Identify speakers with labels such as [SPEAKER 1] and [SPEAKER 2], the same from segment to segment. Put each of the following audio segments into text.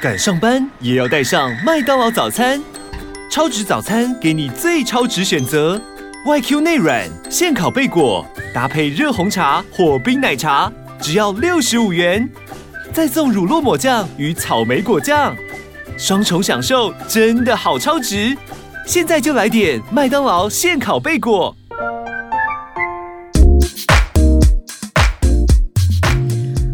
[SPEAKER 1] 赶上班也要带上麦当劳早餐，超值早餐给你最超值选择，YQ 内软现烤贝果搭配热红茶或冰奶茶，只要六十五元，再送乳酪抹酱与草莓果酱，双重享受真的好超值！现在就来点麦当劳现烤贝果。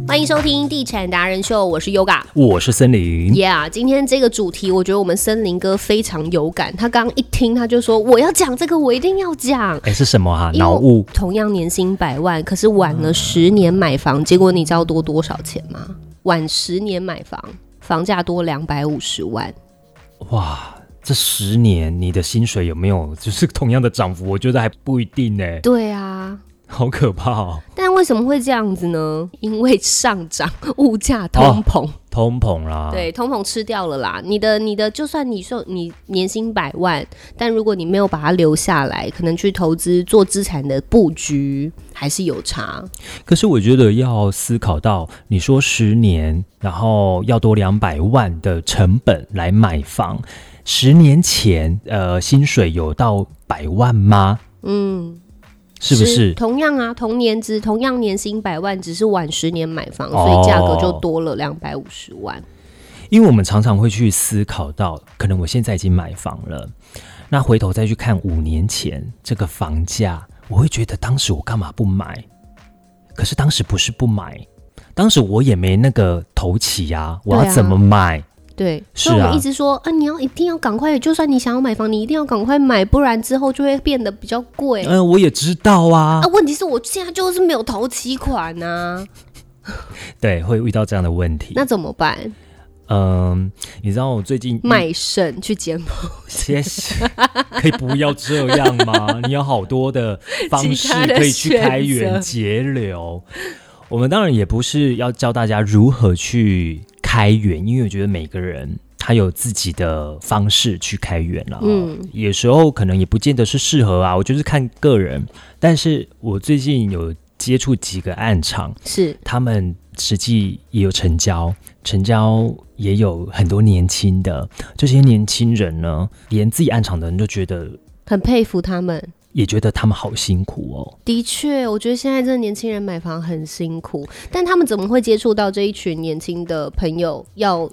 [SPEAKER 2] 欢迎收听《地产达人秀》，我是 Yoga。
[SPEAKER 3] 我是森林，
[SPEAKER 2] Yeah，今天这个主题，我觉得我们森林哥非常有感。他刚一听，他就说我要讲这个，我一定要讲。
[SPEAKER 3] 哎，是什么啊？
[SPEAKER 2] 因为
[SPEAKER 3] 脑
[SPEAKER 2] 我
[SPEAKER 3] 雾嗯
[SPEAKER 2] 同样年薪百万，可是晚了十年买房，结果你知道多多少钱吗？晚十年买房，房价多两百五十万。
[SPEAKER 3] 哇！这十年你的薪水有没有就是同样的涨幅？我觉得还不一定呢，
[SPEAKER 2] 对啊，
[SPEAKER 3] 好可怕哦！
[SPEAKER 2] 但为什么会这样子呢？因为上涨，物价通膨，
[SPEAKER 3] 通膨啦，
[SPEAKER 2] 对，通膨吃掉了啦。你的你的，就算你说你年薪百万，但如果你没有把它留下来，可能去投资做资产的布局，还是有差。
[SPEAKER 3] 可是我觉得要思考到，你说十年，然后要多两百万的成本来买房，十年前呃薪水有到百万吗？
[SPEAKER 2] 嗯，
[SPEAKER 3] 是不是？
[SPEAKER 2] 同样啊，同年资，同样年薪百万，只是晚十年买房，
[SPEAKER 3] 哦
[SPEAKER 2] 所以价格就多了两百五十万。
[SPEAKER 3] 因为我们常常会去思考到，可能我现在已经买房了，那回头再去看五年前这个房价，我会觉得当时我干嘛不买？可是当时不是不买，当时我也没那个头起呀、啊，我
[SPEAKER 2] 对
[SPEAKER 3] 要
[SPEAKER 2] 啊
[SPEAKER 3] 怎么买？
[SPEAKER 2] 对，
[SPEAKER 3] 是
[SPEAKER 2] 所以我
[SPEAKER 3] 啊
[SPEAKER 2] 们一直说啊，你要一定要赶快，就算你想要买房，你一定要赶快买，不然之后就会变得比较贵。
[SPEAKER 3] 嗯、我也知道啊
[SPEAKER 2] 啊，，问题是我现在就是没有投期款
[SPEAKER 3] 嗯
[SPEAKER 2] 呐、
[SPEAKER 3] 对，会遇到这样的问题
[SPEAKER 2] 那。怎么办？
[SPEAKER 3] 嗯、你知道我最近
[SPEAKER 2] 卖肾去柬
[SPEAKER 3] 哦
[SPEAKER 2] 埔寨
[SPEAKER 3] 谢谢，可以不要这样吗？你有好多的方
[SPEAKER 2] 其
[SPEAKER 3] 式
[SPEAKER 2] 他的
[SPEAKER 3] 可以去开
[SPEAKER 2] 选择
[SPEAKER 3] 源节流。我们当然也不是要教大家如何去开源，因为我觉得每个人他有自己的方式去开源啦。
[SPEAKER 2] 嗯
[SPEAKER 3] 嗯，有时候可能也不见得是适合啊，我就是看个人。但是我最近有接触几个暗场，
[SPEAKER 2] 是
[SPEAKER 3] 他们实际也有成交，成交也有很多年轻的这些年轻人呢，连自己暗场的人都觉得，
[SPEAKER 2] 很佩服他们。
[SPEAKER 3] 也觉得他们好辛苦哦。
[SPEAKER 2] 的确，我觉得现在这个年轻人买房很辛苦，但他们怎么会接触到这一群年轻的朋友，要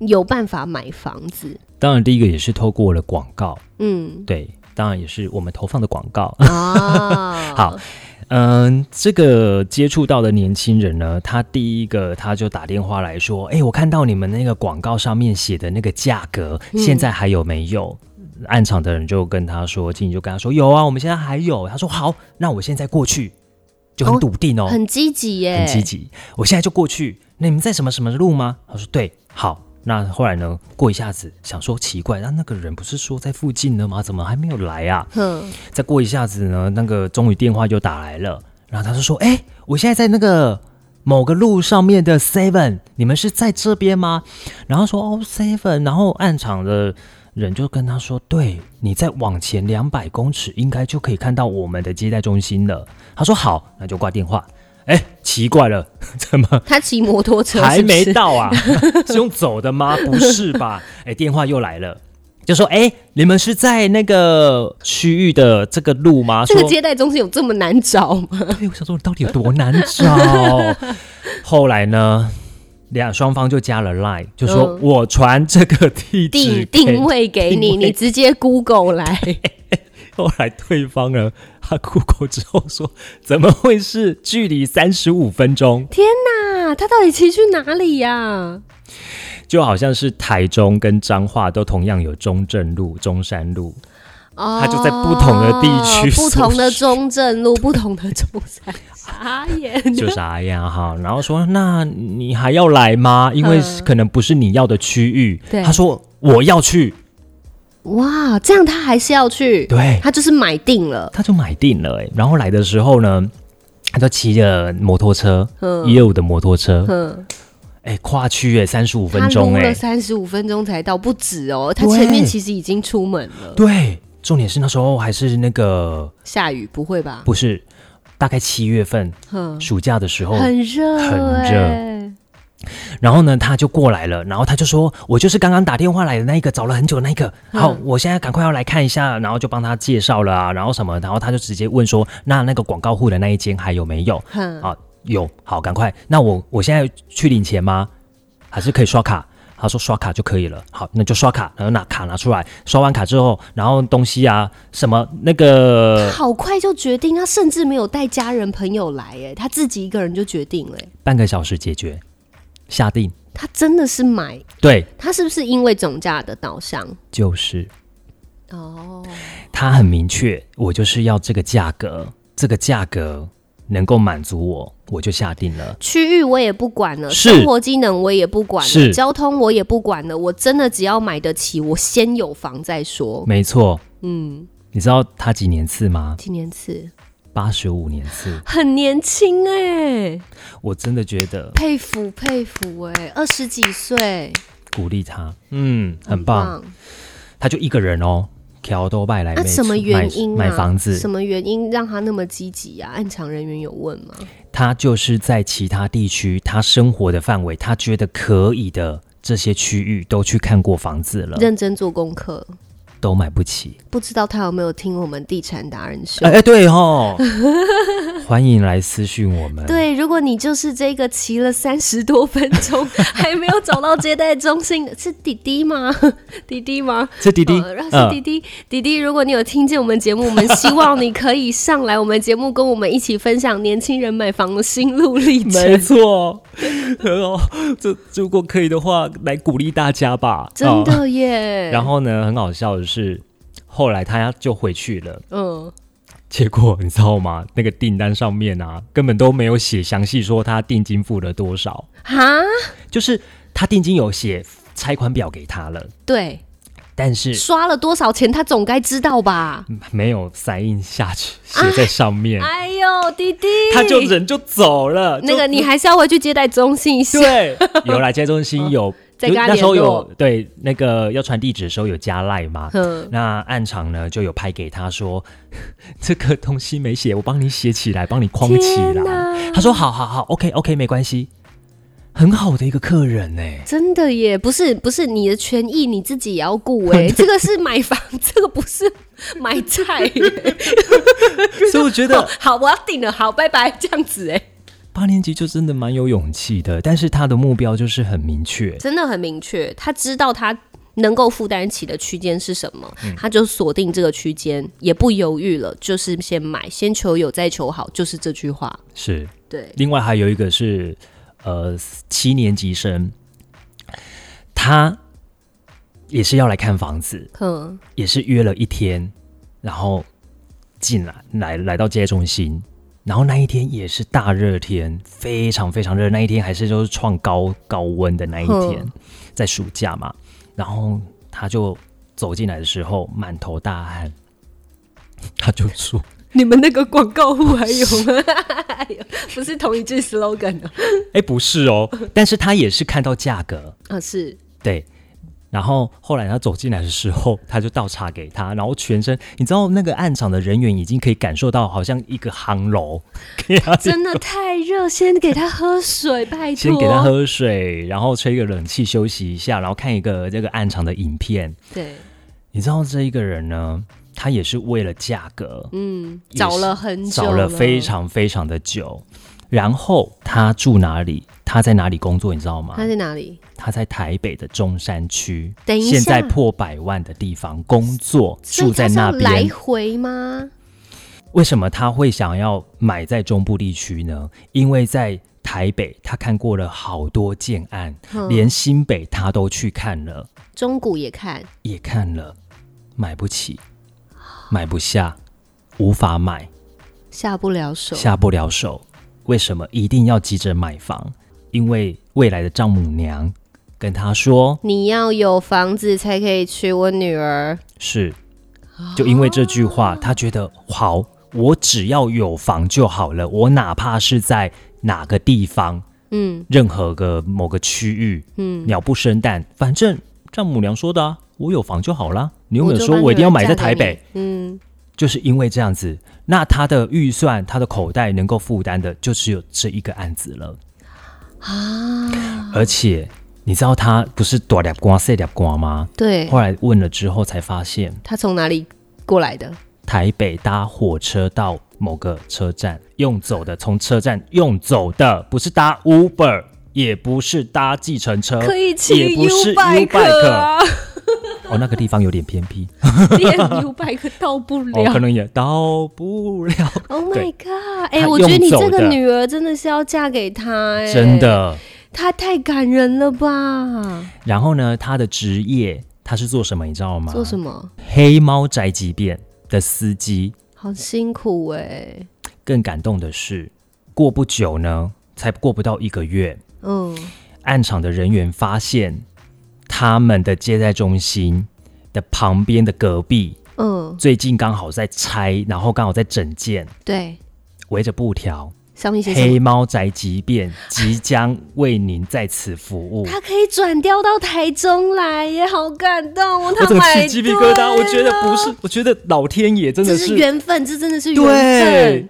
[SPEAKER 2] 有办法买房子？
[SPEAKER 3] 当然，第一个也是透过了广告，
[SPEAKER 2] 嗯
[SPEAKER 3] 对，当然也是我们投放的广告。
[SPEAKER 2] 啊，
[SPEAKER 3] 好，嗯，这个接触到的年轻人呢，他第一个他就打电话来说：“哎、我看到你们那个广告上面写的那个价格，
[SPEAKER 2] 嗯
[SPEAKER 3] 现在还有没有？”暗场的人就跟他说，经理就跟他说：“有啊，我们现在还有。”他说：“好，那我现在过去。”就
[SPEAKER 2] 哦
[SPEAKER 3] 很笃定哦，
[SPEAKER 2] 很积极耶，
[SPEAKER 3] 很积极。我现在就过去。那你们在什么什么路吗？他说对，好。那后来呢？过一下子想说奇怪，那那个人不是说在附近的吗？怎么还没有来啊？
[SPEAKER 2] 哼，
[SPEAKER 3] 再过一下子呢，那个终于电话就打来了，然后他就说：“哎、我现在在那个某个路上面的 Seven，你们是在这边吗？”然后说：“哦，Seven。”然后暗场的人就跟他说：“对，你再往前两百公尺，应该就可以看到我们的接待中心了。”他说：“好，那就挂电话。”哎，奇怪了， 怎么
[SPEAKER 2] 他骑摩托车
[SPEAKER 3] 还
[SPEAKER 2] 是不
[SPEAKER 3] 没
[SPEAKER 2] 是？
[SPEAKER 3] 到啊？ 是用走的吗？不是吧？ 哎，电话又来了，就说哎，你们是在那个区域的这个路吗？
[SPEAKER 2] 这个
[SPEAKER 3] 说
[SPEAKER 2] 接待中心有这么难找吗？
[SPEAKER 3] 对，我想说到底有多难 找？后来呢，两双方就加了 line，就说、
[SPEAKER 2] 嗯
[SPEAKER 3] 我传这个地址
[SPEAKER 2] 定定
[SPEAKER 3] 给
[SPEAKER 2] 位给你，
[SPEAKER 3] 定位
[SPEAKER 2] 你直接 Google 来。
[SPEAKER 3] 后来对方呢，他 Google 之后说，怎么会是距离三十五分钟？
[SPEAKER 2] 啊，他到底骑去哪里呀、
[SPEAKER 3] 就好像是台中跟彰化都同样有中正路、中山路，
[SPEAKER 2] 哦
[SPEAKER 3] 它就在不同的地 区
[SPEAKER 2] 不
[SPEAKER 3] 搜
[SPEAKER 2] 同的
[SPEAKER 3] 寻
[SPEAKER 2] 中正路、 不同的中山，傻眼 了。
[SPEAKER 3] 就是哎呀哈，然后说那你还要来吗？因为
[SPEAKER 2] 嗯
[SPEAKER 3] 可能不是你要的区域。
[SPEAKER 2] 对
[SPEAKER 3] 他说我要去，
[SPEAKER 2] 哇，这样他还是要去，
[SPEAKER 3] 对，
[SPEAKER 2] 他就是买定了。
[SPEAKER 3] 他就买定了、欸。然后来的时候呢，他就骑着摩托车，
[SPEAKER 2] 嗯
[SPEAKER 3] 一二五的摩托车，
[SPEAKER 2] 嗯，
[SPEAKER 3] 哎、跨区哎、三十五
[SPEAKER 2] 他
[SPEAKER 3] 分钟
[SPEAKER 2] 撸
[SPEAKER 3] 哎、
[SPEAKER 2] 了三十五分钟才到，不止哦。他
[SPEAKER 3] 对
[SPEAKER 2] 前面其实已经出门了。
[SPEAKER 3] 对，重点是那时候还是那个
[SPEAKER 2] 下雨不会吧？
[SPEAKER 3] 不是，大概七月份
[SPEAKER 2] 哼，
[SPEAKER 3] 暑假的时候，
[SPEAKER 2] 很热、
[SPEAKER 3] 很热
[SPEAKER 2] 欸，
[SPEAKER 3] 然后呢，他就过来了，然后他就说：“我就是刚刚打电话来的那一个，找了很久的那一个。好，我现在赶快要来看一下，然后就帮他介绍了啊，然后什么，然后他就直接问说：那那个广告户的那一间还有没有？
[SPEAKER 2] 哼，
[SPEAKER 3] 啊，有，好，赶快。那我我现在去领钱吗？还是可以刷卡？他说刷卡就可以了。好，那就刷卡，然后拿卡拿出来，刷完卡之后，然后东西啊什么那个
[SPEAKER 2] 好快就决定，他甚至没有带家人朋友来，哎，他自己一个人就决定了耶，
[SPEAKER 3] 半个小时解决，下定。
[SPEAKER 2] 他真的是买，
[SPEAKER 3] 对，
[SPEAKER 2] 他是不是因为总价的导向？
[SPEAKER 3] 就是
[SPEAKER 2] 哦，
[SPEAKER 3] 他很明确，我就是要这个价格，这个价格能够满足我，我就下定了。
[SPEAKER 2] 区域我也不管了，
[SPEAKER 3] 是
[SPEAKER 2] 生活机能我也不管了，
[SPEAKER 3] 是
[SPEAKER 2] 交通我也不管了，我真的只要买得起，我先有房再说。
[SPEAKER 3] 没错，
[SPEAKER 2] 嗯，
[SPEAKER 3] 你知道他几年次吗？
[SPEAKER 2] 几年次，
[SPEAKER 3] 八十五年次，
[SPEAKER 2] 很年轻哎、
[SPEAKER 3] 我真的觉得
[SPEAKER 2] 佩服佩服哎、二十几岁，
[SPEAKER 3] 鼓励他，嗯，很棒。。他就一个人哦，挑都拜来
[SPEAKER 2] 那、
[SPEAKER 3] 买
[SPEAKER 2] 什么原因、啊、
[SPEAKER 3] 买买房
[SPEAKER 2] 什
[SPEAKER 3] 子？
[SPEAKER 2] 么原因让他那么积极啊？暗场人员有问吗？
[SPEAKER 3] 他就是在其他地区，他生活的范围，他觉得可以的这些区域都去看过房子了，
[SPEAKER 2] 认真做功课，
[SPEAKER 3] 都买不起。
[SPEAKER 2] 不知道他有没有听我们地产达人秀？
[SPEAKER 3] 哎哎，对 哦，欢迎来私讯我们。，
[SPEAKER 2] 对，如果你就是这个骑了三十多分钟还没有找到接待中心的，是弟弟吗？ 弟弟吗？
[SPEAKER 3] 是弟嗯
[SPEAKER 2] 弟
[SPEAKER 3] 弟，
[SPEAKER 2] 然后是弟弟，弟弟，如果你有听见我们节目，我们希望你可以上来我们节目，跟我们一起分享年轻人买房的心路历
[SPEAKER 3] 没
[SPEAKER 2] 程。
[SPEAKER 3] 错，很好。这如果可以的话，来鼓励大家吧。
[SPEAKER 2] 真
[SPEAKER 3] 哦
[SPEAKER 2] 的耶，
[SPEAKER 3] 然后呢，很好笑的是，后来他就回去了。
[SPEAKER 2] 嗯，
[SPEAKER 3] 结果你知道吗？那个订单上面啊，根本都没有写详细说他定金付了多少，
[SPEAKER 2] 哈，
[SPEAKER 3] 就是他定金有写拆款表给他了，
[SPEAKER 2] 对，
[SPEAKER 3] 但是
[SPEAKER 2] 刷了多少钱，他总该知道吧？
[SPEAKER 3] 没有塞印下去，写在上面，
[SPEAKER 2] 哎呦，弟弟，
[SPEAKER 3] 他就人就走了。
[SPEAKER 2] 那个，
[SPEAKER 3] 就
[SPEAKER 2] 你还是要回去接待中心 一下。
[SPEAKER 3] 对，啊有来家中心有，
[SPEAKER 2] 再
[SPEAKER 3] 有
[SPEAKER 2] 跟他
[SPEAKER 3] 那时候
[SPEAKER 2] 联
[SPEAKER 3] 有
[SPEAKER 2] 络
[SPEAKER 3] 对那个要传地址的时候有加赖嘛。
[SPEAKER 2] 嗯，
[SPEAKER 3] 那暗场呢，就有拍给他说， 这个东西没写，我帮你写起来，帮你框起
[SPEAKER 2] 天
[SPEAKER 3] 来。
[SPEAKER 2] 哪
[SPEAKER 3] 他说：“好好好，OK OK，没关系。”很好的一个客人欸呢、
[SPEAKER 2] 真的耶，不是不是你的权益你自己也要 顾哎，这个是买房，这个不是买菜 耶。
[SPEAKER 3] 所以我觉
[SPEAKER 2] 哦
[SPEAKER 3] 得
[SPEAKER 2] 好，我要定了，好，拜拜，这样子哎，
[SPEAKER 3] 八年级就真的蛮有勇气的，但是他的目标就是很明确，
[SPEAKER 2] 真的很明确，他知道他。能够负担起的区间是什么？他就锁定这个区间，也不犹豫了，就是先买，先求有，再求好，就是这句话。
[SPEAKER 3] 是。
[SPEAKER 2] 对，
[SPEAKER 3] 另外还有一个是，呃，七年级生，他也是要来看房子，
[SPEAKER 2] 嗯，
[SPEAKER 3] 也是约了一天，然后进来来来到接待中心，然后那一天也是大热天，非常非常热，那一天还是就是创高高温的那一天
[SPEAKER 2] 嗯，
[SPEAKER 3] 在暑假嘛，然后他就走进来的时候满头大汗， 他就说
[SPEAKER 2] 你们那个广告户还有 吗？哎呦不是同一句 slogan 啊，：“
[SPEAKER 3] 哎、不是哦。”但是他也是看到价格，
[SPEAKER 2] 啊是
[SPEAKER 3] 对。然后后来他走进来的时候，他就倒茶给他，然后全身，你知道那个暗场的人员已经可以感受到，好像一个行楼，给他
[SPEAKER 2] 真的太热，先给他喝水，拜托。
[SPEAKER 3] 先给他。喝水，然后吹个冷气休息一下，然后看一个这个暗场的影片。
[SPEAKER 2] 对，
[SPEAKER 3] 你知道这一个人呢，他也是为了价格，
[SPEAKER 2] 嗯，
[SPEAKER 3] 也是
[SPEAKER 2] 找了很久
[SPEAKER 3] 找了非。常非常的久。然后他住哪里？他在哪里工作？你知道吗
[SPEAKER 2] 他？在哪里？
[SPEAKER 3] 他在台北的中山区，
[SPEAKER 2] 等一下
[SPEAKER 3] 现在破百万的地方工作，
[SPEAKER 2] 所以
[SPEAKER 3] 住在
[SPEAKER 2] 他是要
[SPEAKER 3] 那
[SPEAKER 2] 来
[SPEAKER 3] 边。
[SPEAKER 2] 回吗？
[SPEAKER 3] 为什么他会想要买在中部地区呢？因为在台北，他看过了好多建案，
[SPEAKER 2] 嗯
[SPEAKER 3] 连新北他都去看了，
[SPEAKER 2] 中古也看，
[SPEAKER 3] 也看了，买不起，买不下，无法买，
[SPEAKER 2] 下不了手。
[SPEAKER 3] 下不了手。为什么一定要急着买房？因为未来的丈母娘跟他说
[SPEAKER 2] 你要有房子才可以娶我女儿。
[SPEAKER 3] 是，就因为这句话，他觉得好，我只要有房就好了，我哪怕是在哪个地方，
[SPEAKER 2] 嗯，
[SPEAKER 3] 任何个某个区域，嗯，鸟不生蛋，反正丈母娘说的啊，我有房就好啦。你有没有
[SPEAKER 2] 就
[SPEAKER 3] 说
[SPEAKER 2] 把
[SPEAKER 3] 我一
[SPEAKER 2] 女
[SPEAKER 3] 定要
[SPEAKER 2] 儿
[SPEAKER 3] 买
[SPEAKER 2] 嫁
[SPEAKER 3] 在
[SPEAKER 2] 给
[SPEAKER 3] 台
[SPEAKER 2] 你
[SPEAKER 3] 北？。
[SPEAKER 2] 嗯，
[SPEAKER 3] 就是因为这样子，那他的预算、他的口袋能够负担的，就只有这一个案子了。
[SPEAKER 2] 啊，
[SPEAKER 3] 而且你知道他不是短两瓜、碎两瓜吗？
[SPEAKER 2] 对，
[SPEAKER 3] 后来问了之后才发现，
[SPEAKER 2] 他从哪里过来的？
[SPEAKER 3] 台北搭火车到某个车站，用走的，从车站用走的，不是搭 Uber，也不是搭计程车，
[SPEAKER 2] 可以
[SPEAKER 3] 也
[SPEAKER 2] 骑
[SPEAKER 3] 呃不
[SPEAKER 2] U
[SPEAKER 3] 是
[SPEAKER 2] bike
[SPEAKER 3] bike。
[SPEAKER 2] 啊，
[SPEAKER 3] 哦，那个地方有点 偏僻，
[SPEAKER 2] 连 U bike 到不
[SPEAKER 3] 哦，可
[SPEAKER 2] 了。
[SPEAKER 3] 能也到不了。
[SPEAKER 2] Oh
[SPEAKER 3] 对
[SPEAKER 2] my god！哎、
[SPEAKER 3] 他
[SPEAKER 2] 我觉得
[SPEAKER 3] 用
[SPEAKER 2] 你
[SPEAKER 3] 走
[SPEAKER 2] 这个
[SPEAKER 3] 的
[SPEAKER 2] 女儿真的是要嫁给他、哎，
[SPEAKER 3] 真，的。
[SPEAKER 2] 他太感人了吧？
[SPEAKER 3] 然后呢，他的职业他是做什么，你知道吗？
[SPEAKER 2] 做什
[SPEAKER 3] 么？
[SPEAKER 2] 么？
[SPEAKER 3] 黑猫宅急便的司机。
[SPEAKER 2] 好辛苦哎、
[SPEAKER 3] 更感动的是，过不久呢，才过不到一个月，
[SPEAKER 2] 嗯，
[SPEAKER 3] 暗场的人员发现他们的接待中心的旁边的隔壁，
[SPEAKER 2] 嗯，
[SPEAKER 3] 最近刚好在拆，然后刚好在整建，
[SPEAKER 2] 对，
[SPEAKER 3] 围着布条
[SPEAKER 2] 上面
[SPEAKER 3] “
[SPEAKER 2] 写什么？
[SPEAKER 3] 黑猫宅急便”即将为您在此服务。
[SPEAKER 2] 他可以转调到台中来，也好感动哦！
[SPEAKER 3] 我
[SPEAKER 2] 他
[SPEAKER 3] 整个
[SPEAKER 2] 买
[SPEAKER 3] 起鸡皮疙瘩，
[SPEAKER 2] 对
[SPEAKER 3] 我觉得不
[SPEAKER 2] 了，
[SPEAKER 3] 是，我觉得老天爷真的
[SPEAKER 2] 这
[SPEAKER 3] 是
[SPEAKER 2] 是缘分，这真的是缘
[SPEAKER 3] 对
[SPEAKER 2] 分。，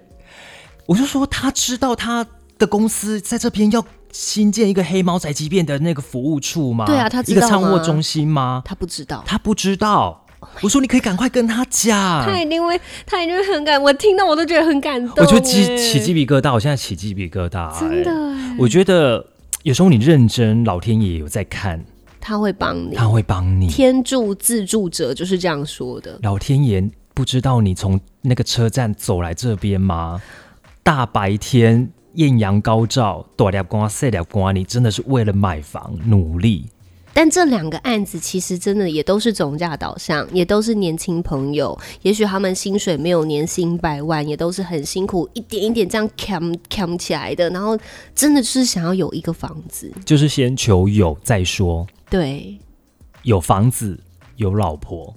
[SPEAKER 3] 我就说他知道他的公司在这边要新建一个黑猫宅急便的那个服务处吗？
[SPEAKER 2] 对啊他
[SPEAKER 3] 一
[SPEAKER 2] 知
[SPEAKER 3] 个
[SPEAKER 2] 道吗
[SPEAKER 3] 唱货中心吗？
[SPEAKER 2] 他不知道，
[SPEAKER 3] 他不知道。
[SPEAKER 2] Oh
[SPEAKER 3] 我说你可以赶快跟他讲。
[SPEAKER 2] 他一定会，他一定会很感，我听到我都觉得很感动哎。
[SPEAKER 3] 我觉得起起鸡皮疙瘩，我现在起鸡皮疙瘩、
[SPEAKER 2] 真的
[SPEAKER 3] 哎
[SPEAKER 2] 哎，
[SPEAKER 3] 我觉得嘖有时候你认真，老天爷有在看，
[SPEAKER 2] 他会帮你。
[SPEAKER 3] 他会帮你。
[SPEAKER 2] 天助自助者就是这样说的，
[SPEAKER 3] 老天爷不知道你从那个车站走来这边吗？大白天艳阳高照，短了光晒了光，你真的是为了买房努力。
[SPEAKER 2] 但这两个案子其实真的也都是总价导向，也都是年轻朋友，也许他们薪水没有年薪百万，也都是很辛苦一点一点这样 cam cam 起来的，然后真的就是想要有一个房子，
[SPEAKER 3] 就是先求有再说，
[SPEAKER 2] 对，
[SPEAKER 3] 有房子有老婆，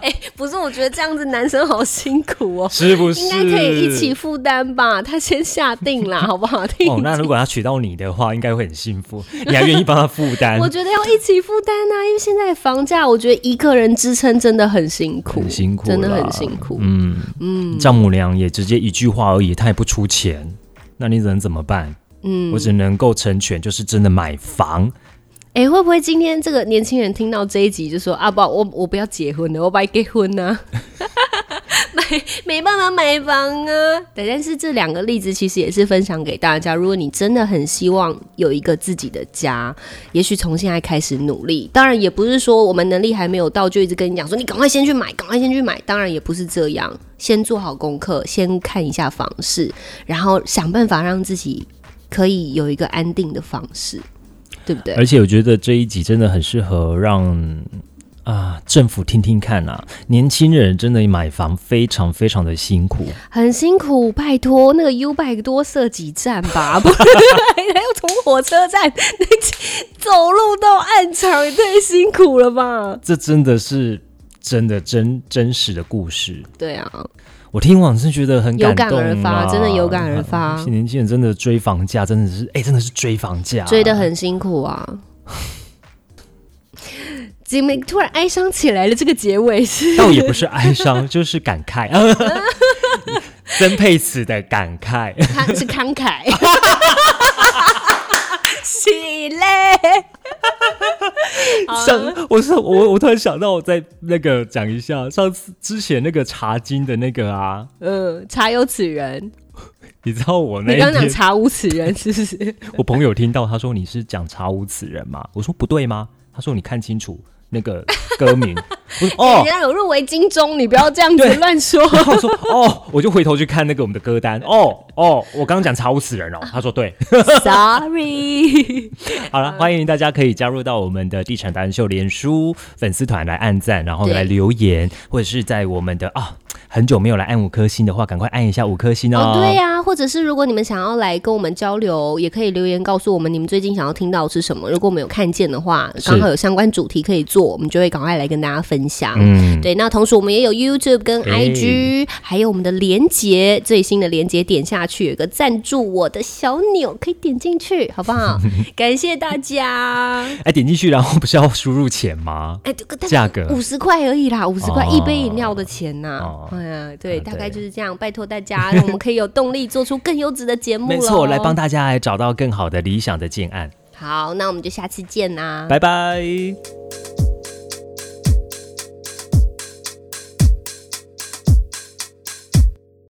[SPEAKER 2] 哎不是，我觉得这样子男生好辛苦哦。
[SPEAKER 3] 是 不是？
[SPEAKER 2] 应该可以一起负担吧，他先下定啦，好不好？定
[SPEAKER 3] 哦。那如果他娶到你的话，应该会很幸福。你还愿意帮他负担
[SPEAKER 2] 我，觉得要一起负担啊，因为现在房价，我觉得一个人支撑真的很辛苦，
[SPEAKER 3] 很辛苦啦
[SPEAKER 2] 真的很辛苦。
[SPEAKER 3] 嗯嗯，丈母娘也直接一句话而已，她也不出钱，那你能怎么办？
[SPEAKER 2] 嗯
[SPEAKER 3] 我只能够成全，就是真的买房，
[SPEAKER 2] 哎、会不会今天这个年轻人听到这一集就说啊不，我我不要结婚了，我不要结婚呐、啊，没没办法买房啊。对，但是这两个例子其实也是分享给大家，如果你真的很希望有一个自己的家，也许从现在开始努力。当然也不是说我们能力还没有到就一直跟你讲说你赶快先去买，赶快先去买，当然也不是这样，先做好功课，先看一下房市，然后想办法让自己可以有一个安定的方式。对不对？
[SPEAKER 3] 而且我觉得这一集真的很适合让啊政府听听看啊，年轻人真的买房非常非常的辛苦，
[SPEAKER 2] 很辛苦，拜托那个 U bike 多设几站吧， 不然还要从火车站走路到暗场，也太辛苦了吧？
[SPEAKER 3] 这真的是真的真真实的故事。
[SPEAKER 2] 对啊，
[SPEAKER 3] 我听完是觉得很
[SPEAKER 2] 有感
[SPEAKER 3] 动、啊、
[SPEAKER 2] 而发真的有感而发
[SPEAKER 3] 年轻人真的追房价，真的是哎、真的是追房价、
[SPEAKER 2] 追得。很辛苦啊。怎么突然哀伤起来了？这个结尾是
[SPEAKER 3] 倒也不是哀伤， 就是感慨，曾沛慈的感慨。
[SPEAKER 2] 慷是慷慨， 喜嘞。啊
[SPEAKER 3] 上，我是我，我突然想到，我再那个讲一下，上次之前那个茶经的那个啊，
[SPEAKER 2] 嗯，茶有此人，
[SPEAKER 3] 你知道我那
[SPEAKER 2] 你
[SPEAKER 3] 一
[SPEAKER 2] 刚讲
[SPEAKER 3] 天，
[SPEAKER 2] 茶无此人是不是？
[SPEAKER 3] 我朋友听到他说你是讲查无此人吗？我说不对吗？他说你看清楚那个歌 名，我说哦
[SPEAKER 2] 人，家有入围金钟，你不要这样子
[SPEAKER 3] 对
[SPEAKER 2] 乱 说。
[SPEAKER 3] 然后我说哦，我就回头去看那个我们的歌单，哦哦，我刚刚讲查无此人哦，他说对，
[SPEAKER 2] Sorry，
[SPEAKER 3] 好
[SPEAKER 2] 嗯
[SPEAKER 3] 了，欢迎大家可以加入到我们的地产达人秀脸书粉丝团来按赞，然后
[SPEAKER 2] 对
[SPEAKER 3] 来留言，或者是在我们的啊。很久没有来按五颗星的话，赶快按一下五颗星哦！
[SPEAKER 2] 哦，对呀、或者是如果你们想要来跟我们交流，也可以留言告诉我们你们最近想要听到的是什么。如果我们有看见的话，
[SPEAKER 3] 是
[SPEAKER 2] 刚好有相关主题可以做，我们就会赶快来跟大家分享。
[SPEAKER 3] 嗯，
[SPEAKER 2] 对，那同时我们也有 YouTube 跟
[SPEAKER 3] 哎
[SPEAKER 2] IG，、还有我们的连接，最新的连接点下去，有一个赞助我的小钮，可以点进去，好不 好？感谢大家。
[SPEAKER 3] 哎，点进去，然后不是要输入钱吗？
[SPEAKER 2] 哎，这个但是
[SPEAKER 3] 价格
[SPEAKER 2] 五十块而已啦，五十块
[SPEAKER 3] 哦
[SPEAKER 2] 一杯饮料的钱呐、
[SPEAKER 3] 哦
[SPEAKER 2] 啊，哎呀，对，
[SPEAKER 3] 啊
[SPEAKER 2] 大
[SPEAKER 3] 对
[SPEAKER 2] 概就是这样。拜托大家，让我们可以有动力做出更优质的节目
[SPEAKER 3] 没
[SPEAKER 2] 咯
[SPEAKER 3] 错，来帮大家来找到更好的理想的建案。
[SPEAKER 2] 好，那我们就下次见啦，
[SPEAKER 3] 拜拜。